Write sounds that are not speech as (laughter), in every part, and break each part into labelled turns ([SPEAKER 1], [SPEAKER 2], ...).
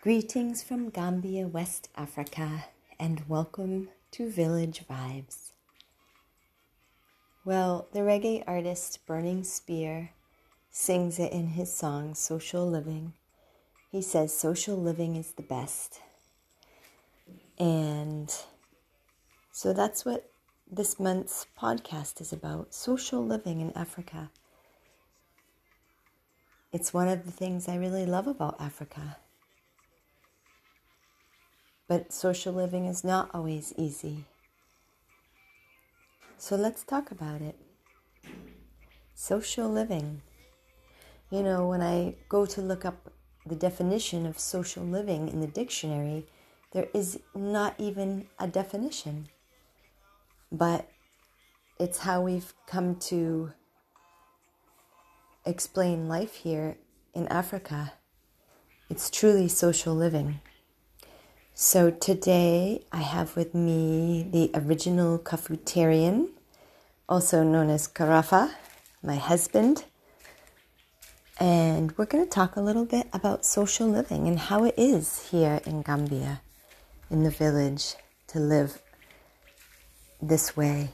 [SPEAKER 1] Greetings from Gambia, West Africa, and welcome to Village Vibes. Well, the reggae artist Burning Spear sings it in his song Social Living. He says social living is the best. And so that's what this month's podcast is about social living in Africa. It's one of the things I really love about Africa. But social living is not always easy. So let's talk about it. Social living. You know, when I go to look up the definition of social living in the dictionary, there is not even a definition. But it's how we've come to explain life here in Africa. It's truly social living. So today I have with me the original Kafutarian, also known as Karafa, my husband. And we're going to talk a little bit about social living and how it is here in Gambia, in the village, to live this way.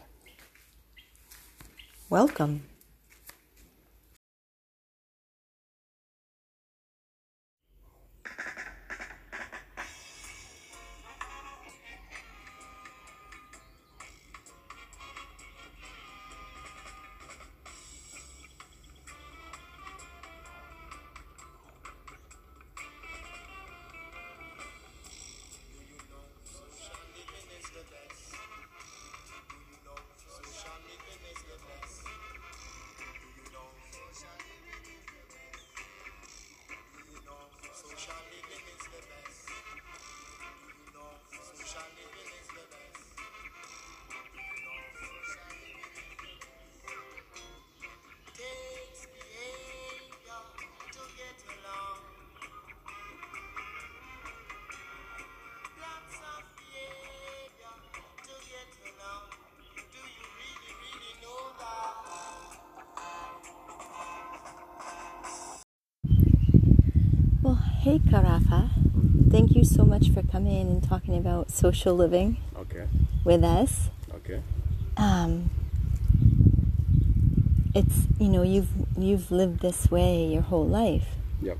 [SPEAKER 1] Welcome. Well, hey Karafa, thank you so much for coming in and talking about social living
[SPEAKER 2] Okay,
[SPEAKER 1] with us.
[SPEAKER 2] okay.
[SPEAKER 1] um, it's you know you've you've lived this way your whole life,
[SPEAKER 2] Yep.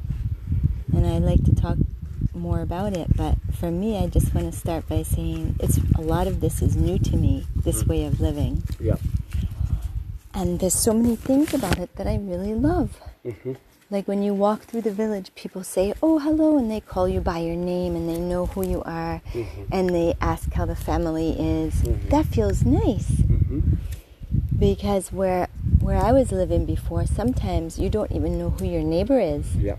[SPEAKER 1] and I'd like to talk more about it. But for me, I just want to start by saying it's a lot of this is new to me. This way of living,
[SPEAKER 2] Yep.
[SPEAKER 1] and there's so many things about it that I really love.
[SPEAKER 2] Mm-hmm.
[SPEAKER 1] Like when you walk through the village, people say, "Oh, hello," and they call you by your name, and they know who you are, and they ask how the family is. That feels nice.
[SPEAKER 2] Mm-hmm.
[SPEAKER 1] because where where I was living before, sometimes you don't even know who your neighbor is,
[SPEAKER 2] Yep.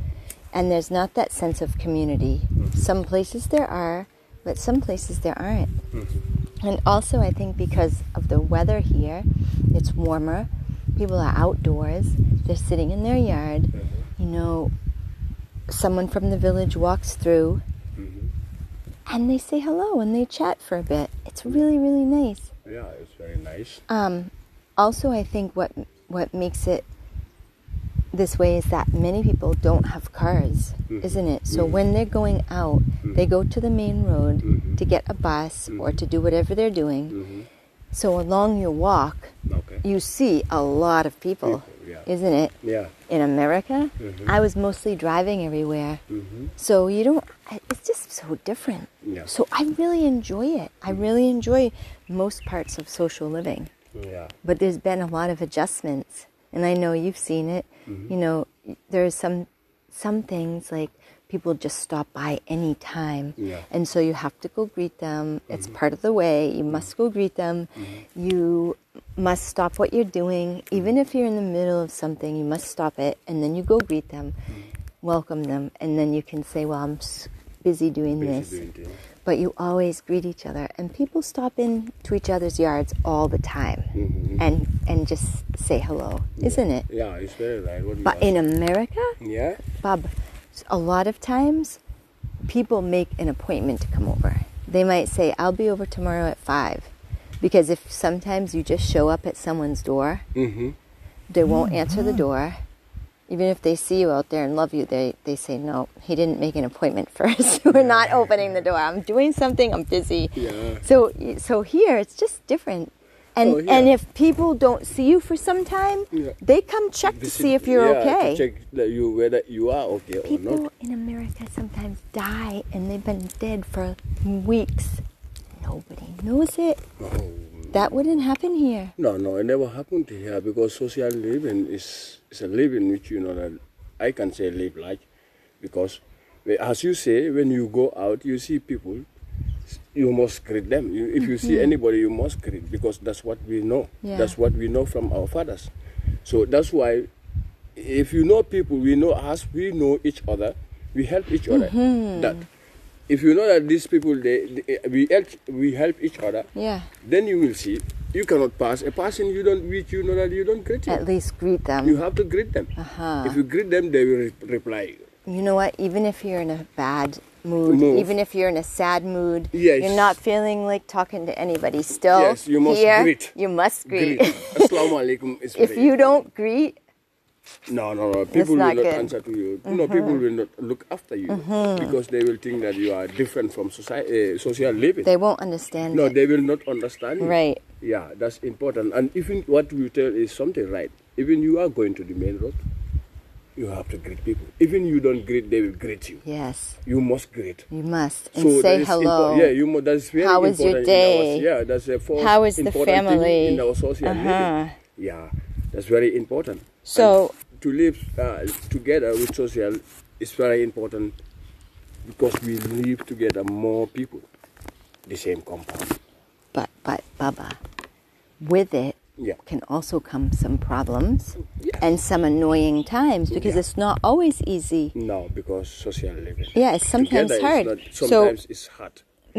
[SPEAKER 1] and there's not that sense of community. Some places there are, but some places there aren't.
[SPEAKER 2] Mm-hmm.
[SPEAKER 1] And also, I think because of the weather here, it's warmer. People are outdoors. They're sitting in their yard. You know, someone from the village walks through,
[SPEAKER 2] Mm-hmm.
[SPEAKER 1] and they say hello and they chat for a bit. It's really really nice.
[SPEAKER 2] Yeah, it's very nice.
[SPEAKER 1] Um, also, I think what what makes it this way is that many people don't have cars,
[SPEAKER 2] Mm-hmm.
[SPEAKER 1] isn't it? So when they're going out, they go to the main road
[SPEAKER 2] Mm-hmm.
[SPEAKER 1] to get a bus or to do whatever they're doing. So along your walk,
[SPEAKER 2] Okay.
[SPEAKER 1] you see a lot of people,
[SPEAKER 2] People, yeah. Mm-hmm.
[SPEAKER 1] isn't it?
[SPEAKER 2] Yeah.
[SPEAKER 1] In America, I was mostly driving everywhere.
[SPEAKER 2] Mm-hmm.
[SPEAKER 1] So you don't, I- it's just so different.
[SPEAKER 2] Yeah. Mm-hmm.
[SPEAKER 1] So I really enjoy it. I really enjoy most parts of social living
[SPEAKER 2] Yeah.
[SPEAKER 1] but there's been a lot of adjustments and i know you've seen it
[SPEAKER 2] Mm-hmm.
[SPEAKER 1] you know there's some some things like people just stop by any time
[SPEAKER 2] Yeah. Mm-hmm.
[SPEAKER 1] and so you have to go greet them it's part of the way you must go greet them you must stop what you're doing
[SPEAKER 2] Mm-hmm.
[SPEAKER 1] even if you're in the middle of something you must stop it and then you go greet them
[SPEAKER 2] Mm-hmm.
[SPEAKER 1] welcome them and then you can say well i'm s- busy doing
[SPEAKER 2] Busy
[SPEAKER 1] this
[SPEAKER 2] doing things.
[SPEAKER 1] but you always greet each other and people stop in to each other's yards all the time and and just say hello isn't it
[SPEAKER 2] Mm-hmm. Yeah, it's very right. What do you
[SPEAKER 1] but in america
[SPEAKER 2] ask? Yeah.
[SPEAKER 1] bob a lot of times people make an appointment to come over they might say i'll be over tomorrow at five because if sometimes you just show up at someone's door
[SPEAKER 2] Mm-hmm.
[SPEAKER 1] they won't answer the door Even if they see you out there and love you, they, they say, no, he didn't make an appointment for (laughs) us. We're not opening the door. I'm doing something. I'm busy.
[SPEAKER 2] Yeah.
[SPEAKER 1] So, so here, it's just different. And,
[SPEAKER 2] Oh, yeah.
[SPEAKER 1] and if people don't see you for some time,
[SPEAKER 2] Yeah.
[SPEAKER 1] they come check to
[SPEAKER 2] Visit-
[SPEAKER 1] see if you're
[SPEAKER 2] yeah,
[SPEAKER 1] okay.
[SPEAKER 2] To check that you whether you are okay or
[SPEAKER 1] People
[SPEAKER 2] not.
[SPEAKER 1] in America sometimes die and they've been dead for weeks. Nobody knows it.
[SPEAKER 2] Oh,
[SPEAKER 1] That wouldn't happen here.
[SPEAKER 2] No, no, it never happened here because social living is, is a living which you know that I can say live like because eh, as you say when you go out you see people s- you must greet them you, if you see anybody you must greet because that's what we know
[SPEAKER 1] Yeah.
[SPEAKER 2] that's what we know from our fathers so that's why if you know people we know us we know each other we help each other that if you know that these people they, they we help we help each other
[SPEAKER 1] Yeah.
[SPEAKER 2] then you will see you cannot pass a person you don't which you know that you don't greet
[SPEAKER 1] At
[SPEAKER 2] him.
[SPEAKER 1] least greet them.
[SPEAKER 2] You have to greet them.
[SPEAKER 1] Uh-huh.
[SPEAKER 2] If you greet them, they will re- reply. you.
[SPEAKER 1] you know what? Even if you're in a bad mood,
[SPEAKER 2] Mood.
[SPEAKER 1] even if you're in a sad mood,
[SPEAKER 2] Yes.
[SPEAKER 1] you're not feeling like talking to anybody. Still,
[SPEAKER 2] Yes, you must
[SPEAKER 1] here,
[SPEAKER 2] greet.
[SPEAKER 1] You must greet.
[SPEAKER 2] Greet. Assalamu alaikum is
[SPEAKER 1] (laughs) if
[SPEAKER 2] very
[SPEAKER 1] you don't greet,
[SPEAKER 2] No, no, no. People will
[SPEAKER 1] not
[SPEAKER 2] not
[SPEAKER 1] good. Uh-huh.
[SPEAKER 2] answer to you. No, people will not look after you because they will think that you are different from society, uh, social living.
[SPEAKER 1] they won't understand.
[SPEAKER 2] no,
[SPEAKER 1] it.
[SPEAKER 2] they will not understand. you.
[SPEAKER 1] Right.
[SPEAKER 2] Yeah, that's important. And even what you tell is something right. Even you are going to the main road, you have to greet people. Even you don't greet, they will greet you.
[SPEAKER 1] Yes,
[SPEAKER 2] You must greet.
[SPEAKER 1] you must and
[SPEAKER 2] So that
[SPEAKER 1] say
[SPEAKER 2] is
[SPEAKER 1] hello.
[SPEAKER 2] impor- yeah, you mo- that's very
[SPEAKER 1] How is
[SPEAKER 2] important.
[SPEAKER 1] your
[SPEAKER 2] in
[SPEAKER 1] day?
[SPEAKER 2] Our, yeah, that's a first
[SPEAKER 1] How is the
[SPEAKER 2] important thing
[SPEAKER 1] family?
[SPEAKER 2] in our social
[SPEAKER 1] Uh-huh.
[SPEAKER 2] living. Yeah, that's very important.
[SPEAKER 1] So-
[SPEAKER 2] And to live uh, together with social is very important because we live together more people, the same compound.
[SPEAKER 1] But but Baba, with it
[SPEAKER 2] Yeah.
[SPEAKER 1] can also come some problems
[SPEAKER 2] Yeah.
[SPEAKER 1] and some annoying times because
[SPEAKER 2] Yeah.
[SPEAKER 1] it's not always easy.
[SPEAKER 2] No, because social living.
[SPEAKER 1] Yeah, it's sometimes
[SPEAKER 2] together is
[SPEAKER 1] hard.
[SPEAKER 2] not-
[SPEAKER 1] So
[SPEAKER 2] sometimes it's hard.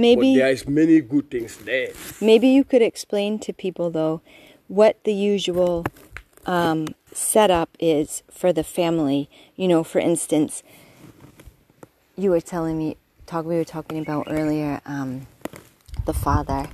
[SPEAKER 1] maybe-
[SPEAKER 2] but there is many good things there.
[SPEAKER 1] Maybe you could explain to people though what the usual um, setup is for the family. You know, for instance, you were telling me talk we were talking about earlier um, the father.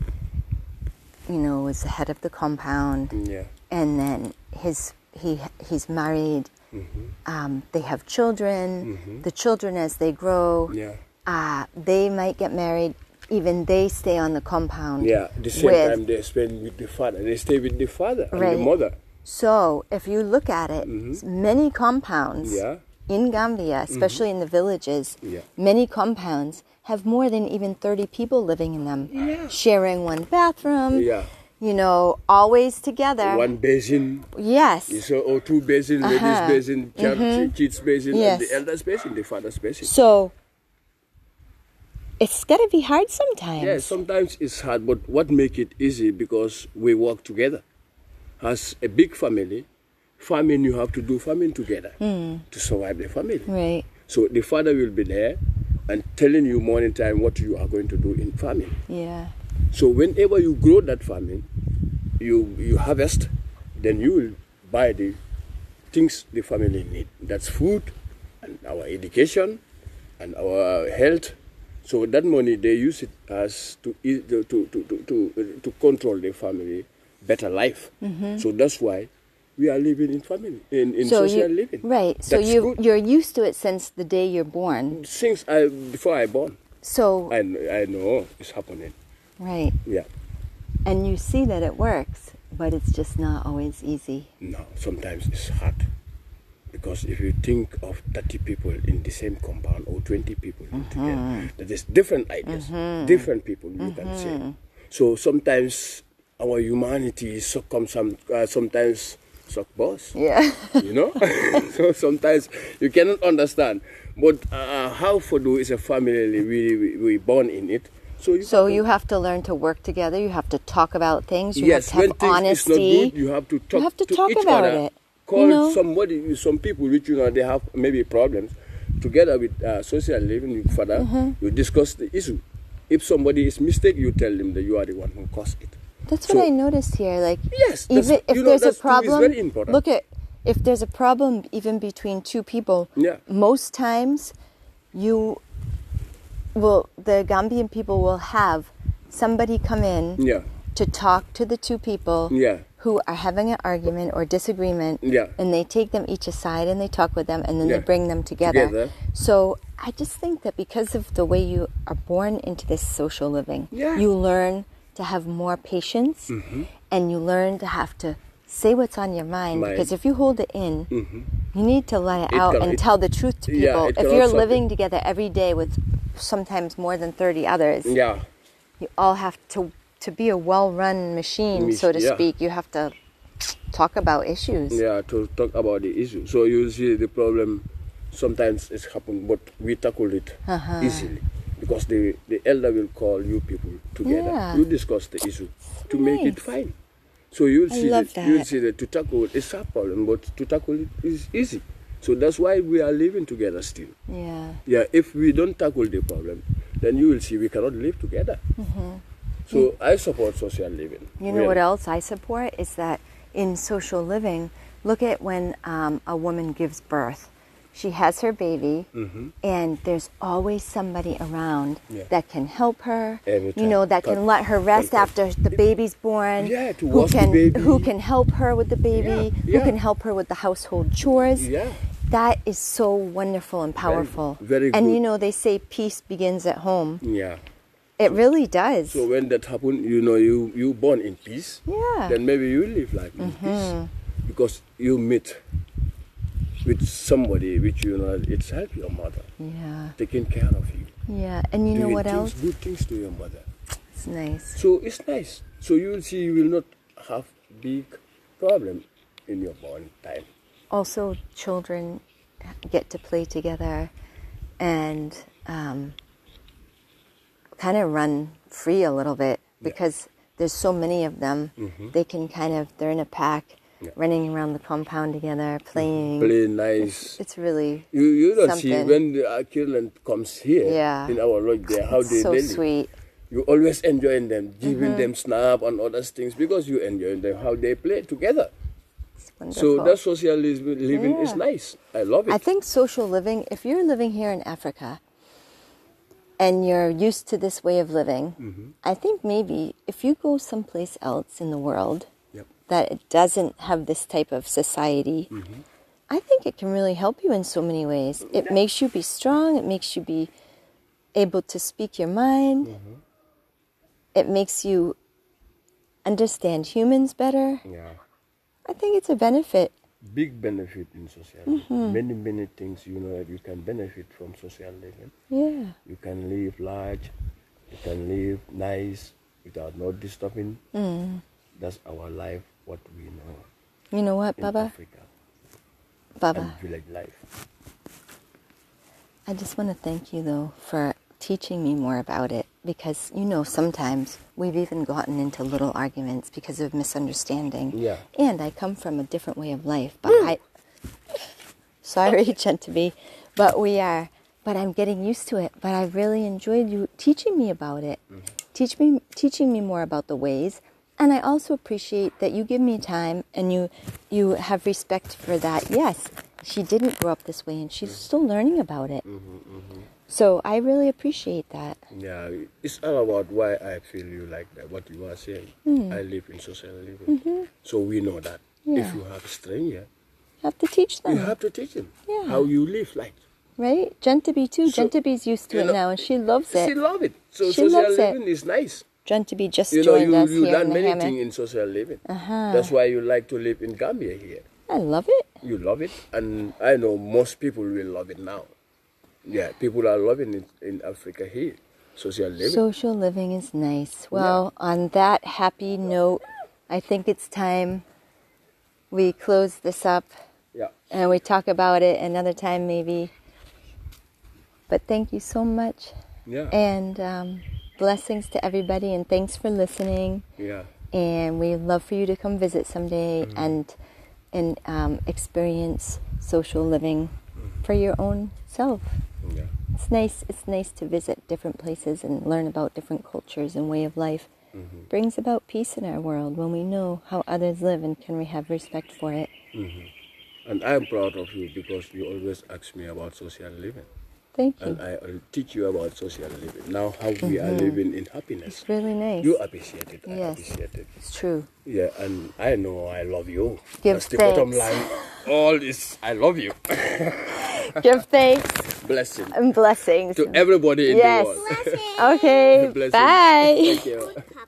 [SPEAKER 1] You know, was the head of the compound.
[SPEAKER 2] Mm, Yeah.
[SPEAKER 1] and then his he he's married.
[SPEAKER 2] Mm-hmm.
[SPEAKER 1] Um, they have children. The children, as they grow,
[SPEAKER 2] Yeah.
[SPEAKER 1] uh, they might get married. Even they stay on the compound.
[SPEAKER 2] Yeah, the same
[SPEAKER 1] with-
[SPEAKER 2] time they spend with the father. They stay with the father and
[SPEAKER 1] Right.
[SPEAKER 2] the mother.
[SPEAKER 1] So if you look at it, s- many compounds
[SPEAKER 2] Mm-hmm. Yeah. Mm-hmm.
[SPEAKER 1] in Gambia, especially in the villages,
[SPEAKER 2] Yeah.
[SPEAKER 1] many compounds have more than even 30 people living in them, sharing one bathroom.
[SPEAKER 2] Yeah.
[SPEAKER 1] You know, always together.
[SPEAKER 2] One basin,
[SPEAKER 1] yes.
[SPEAKER 2] so or two basin,
[SPEAKER 1] Uh-huh.
[SPEAKER 2] ladies basin, child, kids basin,
[SPEAKER 1] Yes.
[SPEAKER 2] and the elders basin, the father's basin.
[SPEAKER 1] So it's gotta be hard sometimes.
[SPEAKER 2] Yeah, sometimes it's hard, but what make it easy because we work together. As a big family, farming you have to do farming together
[SPEAKER 1] Hmm.
[SPEAKER 2] to survive the family.
[SPEAKER 1] Right.
[SPEAKER 2] So the father will be there and telling you morning time what you are going to do in farming.
[SPEAKER 1] Yeah.
[SPEAKER 2] So whenever you grow that farming, you you harvest, then you will buy the things the family need. That's food, and our education, and our health. So that money they use it as to e- to to to to, to, to control the family better life.
[SPEAKER 1] Mm-hmm.
[SPEAKER 2] So that's why we are living in family in, in social
[SPEAKER 1] you,
[SPEAKER 2] living.
[SPEAKER 1] Right. So
[SPEAKER 2] That's
[SPEAKER 1] you
[SPEAKER 2] good.
[SPEAKER 1] you're used to it since the day you're born.
[SPEAKER 2] since I before I born,
[SPEAKER 1] So
[SPEAKER 2] I I know it's happening.
[SPEAKER 1] right.
[SPEAKER 2] Yeah.
[SPEAKER 1] And you see that it works, but it's just not always easy.
[SPEAKER 2] No, sometimes it's hard. Because if you think of 30 people in the same compound or 20 people in together, that is different ideas, different people, you can say. So sometimes our humanity succumbs, some, uh, sometimes suck boss,
[SPEAKER 1] Yeah.
[SPEAKER 2] you know? (laughs) so sometimes you cannot understand. But uh, how Fodu is a family, we, we, we born in it. So
[SPEAKER 1] (laughs)
[SPEAKER 2] you
[SPEAKER 1] so
[SPEAKER 2] have to
[SPEAKER 1] you have to learn to work together, you have to talk about things, you
[SPEAKER 2] yes,
[SPEAKER 1] have
[SPEAKER 2] when
[SPEAKER 1] to
[SPEAKER 2] things
[SPEAKER 1] have
[SPEAKER 2] is not
[SPEAKER 1] honesty.
[SPEAKER 2] good, you have to talk.
[SPEAKER 1] have to
[SPEAKER 2] to
[SPEAKER 1] talk
[SPEAKER 2] each
[SPEAKER 1] about
[SPEAKER 2] other.
[SPEAKER 1] it, you
[SPEAKER 2] Call
[SPEAKER 1] know?
[SPEAKER 2] somebody, some people which you know they have maybe problems. Together with uh, social living, you father,
[SPEAKER 1] Uh-huh.
[SPEAKER 2] you discuss the issue. If somebody is mistake, you tell them that you are the one who caused it.
[SPEAKER 1] That's what
[SPEAKER 2] So-
[SPEAKER 1] I noticed here. Like,
[SPEAKER 2] Yes, that's-
[SPEAKER 1] even if
[SPEAKER 2] you know,
[SPEAKER 1] there's a
[SPEAKER 2] that's too- it's
[SPEAKER 1] problem,
[SPEAKER 2] very important.
[SPEAKER 1] look at if there's a problem even between two people.
[SPEAKER 2] Yeah.
[SPEAKER 1] Most times, you will the Gambian people will have somebody come in
[SPEAKER 2] Yeah,
[SPEAKER 1] to talk to the two people
[SPEAKER 2] yeah.
[SPEAKER 1] who are having an argument or disagreement
[SPEAKER 2] Yeah.
[SPEAKER 1] and they take them each aside and they talk with them and then they
[SPEAKER 2] Yeah.
[SPEAKER 1] bring them together.
[SPEAKER 2] Together.
[SPEAKER 1] So I just think that because of the way you are born into this social living,
[SPEAKER 2] Yeah. Mm-hmm.
[SPEAKER 1] you learn to have more patience and you learn to have to say what's on your mind
[SPEAKER 2] Mind.
[SPEAKER 1] because if you hold it in, you need to let it,
[SPEAKER 2] Mm-hmm. It
[SPEAKER 1] out
[SPEAKER 2] can-
[SPEAKER 1] and
[SPEAKER 2] it-
[SPEAKER 1] tell the truth to
[SPEAKER 2] yeah,
[SPEAKER 1] people.
[SPEAKER 2] it
[SPEAKER 1] if
[SPEAKER 2] can
[SPEAKER 1] you're
[SPEAKER 2] also-
[SPEAKER 1] living together every day with sometimes more than 30 others,
[SPEAKER 2] Yeah.
[SPEAKER 1] you all have to to be a well-run machine,
[SPEAKER 2] Mach-
[SPEAKER 1] so to
[SPEAKER 2] yeah.
[SPEAKER 1] speak. You have to talk about issues.
[SPEAKER 2] Yeah, to talk about the issue. So you see the problem sometimes it's happened, but we tackle it
[SPEAKER 1] Uh-huh.
[SPEAKER 2] easily because the the elder will call you people together.
[SPEAKER 1] Yeah.
[SPEAKER 2] You discuss the issue to make it
[SPEAKER 1] nice.
[SPEAKER 2] fine. So you'll
[SPEAKER 1] I
[SPEAKER 2] see
[SPEAKER 1] love
[SPEAKER 2] that you'll
[SPEAKER 1] that.
[SPEAKER 2] see that to tackle it's a problem, but to tackle it is easy. So that's why we are living together still.
[SPEAKER 1] Yeah.
[SPEAKER 2] Yeah, if we don't tackle the problem, then you will see we cannot live together. So I support social living.
[SPEAKER 1] Mm-hmm. You know what
[SPEAKER 2] really.
[SPEAKER 1] else I support is that in social living, look at when um, a woman gives birth. She has her baby, and there's always somebody around
[SPEAKER 2] Mm-hmm. Yeah.
[SPEAKER 1] that can help her.
[SPEAKER 2] Every
[SPEAKER 1] you know
[SPEAKER 2] time.
[SPEAKER 1] that can
[SPEAKER 2] Come-
[SPEAKER 1] let her rest
[SPEAKER 2] come-
[SPEAKER 1] after the baby's born.
[SPEAKER 2] Yeah, to
[SPEAKER 1] who
[SPEAKER 2] wash the
[SPEAKER 1] can
[SPEAKER 2] baby.
[SPEAKER 1] who can help her with the baby?
[SPEAKER 2] Yeah,
[SPEAKER 1] Who
[SPEAKER 2] yeah.
[SPEAKER 1] can help her with the household chores?
[SPEAKER 2] Yeah.
[SPEAKER 1] That is so wonderful and powerful.
[SPEAKER 2] very
[SPEAKER 1] and
[SPEAKER 2] good.
[SPEAKER 1] you know they say peace begins at home.
[SPEAKER 2] Yeah.
[SPEAKER 1] It really does.
[SPEAKER 2] So when that happen, you know, you you born in peace.
[SPEAKER 1] Yeah. Mm-hmm.
[SPEAKER 2] Then maybe you live life in peace because you meet with somebody which you know it's help your mother
[SPEAKER 1] yeah, taking
[SPEAKER 2] taking care of you.
[SPEAKER 1] yeah. And you know
[SPEAKER 2] doing
[SPEAKER 1] what
[SPEAKER 2] things,
[SPEAKER 1] else?
[SPEAKER 2] Good things to your mother.
[SPEAKER 1] It's nice.
[SPEAKER 2] So it's nice. So you will see you will not have big problem in your born time.
[SPEAKER 1] also children get to play together and um, kind of run free a little bit because there's so many of them they can kind of they're in a pack
[SPEAKER 2] Mm-hmm. Yeah. Mm-hmm.
[SPEAKER 1] running around the compound together playing
[SPEAKER 2] Play nice.
[SPEAKER 1] it's really
[SPEAKER 2] You you don't see
[SPEAKER 1] Something.
[SPEAKER 2] when the uh, children comes here
[SPEAKER 1] Yeah.
[SPEAKER 2] in our lodge there how they
[SPEAKER 1] so
[SPEAKER 2] they live.
[SPEAKER 1] sweet
[SPEAKER 2] you always enjoying
[SPEAKER 1] Mm-hmm.
[SPEAKER 2] them, giving them snap and other things because you enjoy them how they play together.
[SPEAKER 1] it's wonderful.
[SPEAKER 2] So that socialism living is
[SPEAKER 1] Yeah.
[SPEAKER 2] nice. I love it.
[SPEAKER 1] I think social living, if you're living here in Africa and you're used to this way of living, I think maybe if you go someplace else in the world
[SPEAKER 2] Yep.
[SPEAKER 1] that it doesn't have this type of society, I think it can really help you in so many ways. It makes you be strong, it makes you be able to speak your mind, it makes you understand humans better.
[SPEAKER 2] yeah.
[SPEAKER 1] I think it's a benefit.
[SPEAKER 2] Big benefit in social.
[SPEAKER 1] Mm-hmm.
[SPEAKER 2] Many many things you know that you can benefit from social living.
[SPEAKER 1] Yeah.
[SPEAKER 2] You can live large, you can live nice without not disturbing.
[SPEAKER 1] Mm.
[SPEAKER 2] That's our life, what we know
[SPEAKER 1] You know what,
[SPEAKER 2] in
[SPEAKER 1] Baba?
[SPEAKER 2] Africa
[SPEAKER 1] Baba.
[SPEAKER 2] and village life.
[SPEAKER 1] I just want to thank you though for teaching me more about it because you know sometimes we've even gotten into little arguments because of misunderstanding.
[SPEAKER 2] Yeah.
[SPEAKER 1] And I come from a different way of life, but I (laughs) Sorry, (laughs) Gentleman, but we are but I'm getting used to it, but I really enjoyed you teaching me about it. Teach me teaching me more about the ways and I also appreciate that you give me time and you you have respect for that. Yes, she didn't grow up this way and she's still learning about it. So I really appreciate that.
[SPEAKER 2] Yeah, it's all about why I feel you like that, what you are saying.
[SPEAKER 1] Hmm.
[SPEAKER 2] I live in social living. So we know that.
[SPEAKER 1] Mm-hmm. Yeah.
[SPEAKER 2] If you have a stranger,
[SPEAKER 1] You have to teach them,
[SPEAKER 2] you have to teach him
[SPEAKER 1] Yeah.
[SPEAKER 2] how you live like.
[SPEAKER 1] right? Gentebe too.
[SPEAKER 2] So,
[SPEAKER 1] Gentebe's used to
[SPEAKER 2] you
[SPEAKER 1] it
[SPEAKER 2] know,
[SPEAKER 1] now and she loves
[SPEAKER 2] She
[SPEAKER 1] it.
[SPEAKER 2] love it. So
[SPEAKER 1] She
[SPEAKER 2] social
[SPEAKER 1] loves it.
[SPEAKER 2] living is nice.
[SPEAKER 1] Gentebe just
[SPEAKER 2] You know,
[SPEAKER 1] joined
[SPEAKER 2] you,
[SPEAKER 1] us
[SPEAKER 2] you
[SPEAKER 1] here in
[SPEAKER 2] learn
[SPEAKER 1] the
[SPEAKER 2] many
[SPEAKER 1] hammock.
[SPEAKER 2] things in social living.
[SPEAKER 1] Uh-huh.
[SPEAKER 2] That's why you like to live in Gambia here.
[SPEAKER 1] I love it.
[SPEAKER 2] You love it, and I know most people will love it now. Yeah, people are loving it in Africa here. Social living.
[SPEAKER 1] Social living is nice. Well, on that happy note, I think it's time we close this up
[SPEAKER 2] yeah.
[SPEAKER 1] and we talk about it another time maybe. But thank you so much.
[SPEAKER 2] Yeah.
[SPEAKER 1] And um, blessings to everybody and thanks for listening.
[SPEAKER 2] yeah.
[SPEAKER 1] And we'd love for you to come visit someday
[SPEAKER 2] Mm-hmm.
[SPEAKER 1] and and um, experience social living
[SPEAKER 2] Mm-hmm.
[SPEAKER 1] for your own self
[SPEAKER 2] Yeah.
[SPEAKER 1] it's nice it's nice to visit different places and learn about different cultures and way of life
[SPEAKER 2] Mm-hmm.
[SPEAKER 1] brings about peace in our world when we know how others live and can we have respect for it
[SPEAKER 2] And I'm proud of you because you always ask me about social living.
[SPEAKER 1] Thank you.
[SPEAKER 2] And I will teach you about social living. Now, how we are living in happiness.
[SPEAKER 1] It's really nice.
[SPEAKER 2] You appreciate it. I
[SPEAKER 1] Mm-hmm. Yes.
[SPEAKER 2] appreciate it.
[SPEAKER 1] it's true.
[SPEAKER 2] Yeah, and I know I love you.
[SPEAKER 1] Give
[SPEAKER 2] That's the bottom
[SPEAKER 1] thanks.
[SPEAKER 2] line. All is I love you. (laughs)
[SPEAKER 1] Give thanks
[SPEAKER 2] Blessing
[SPEAKER 1] and blessings.
[SPEAKER 2] to everybody in
[SPEAKER 1] Yes.
[SPEAKER 2] the world.
[SPEAKER 1] Okay.
[SPEAKER 2] (laughs) Blessings.
[SPEAKER 1] Bye.
[SPEAKER 2] Thank you.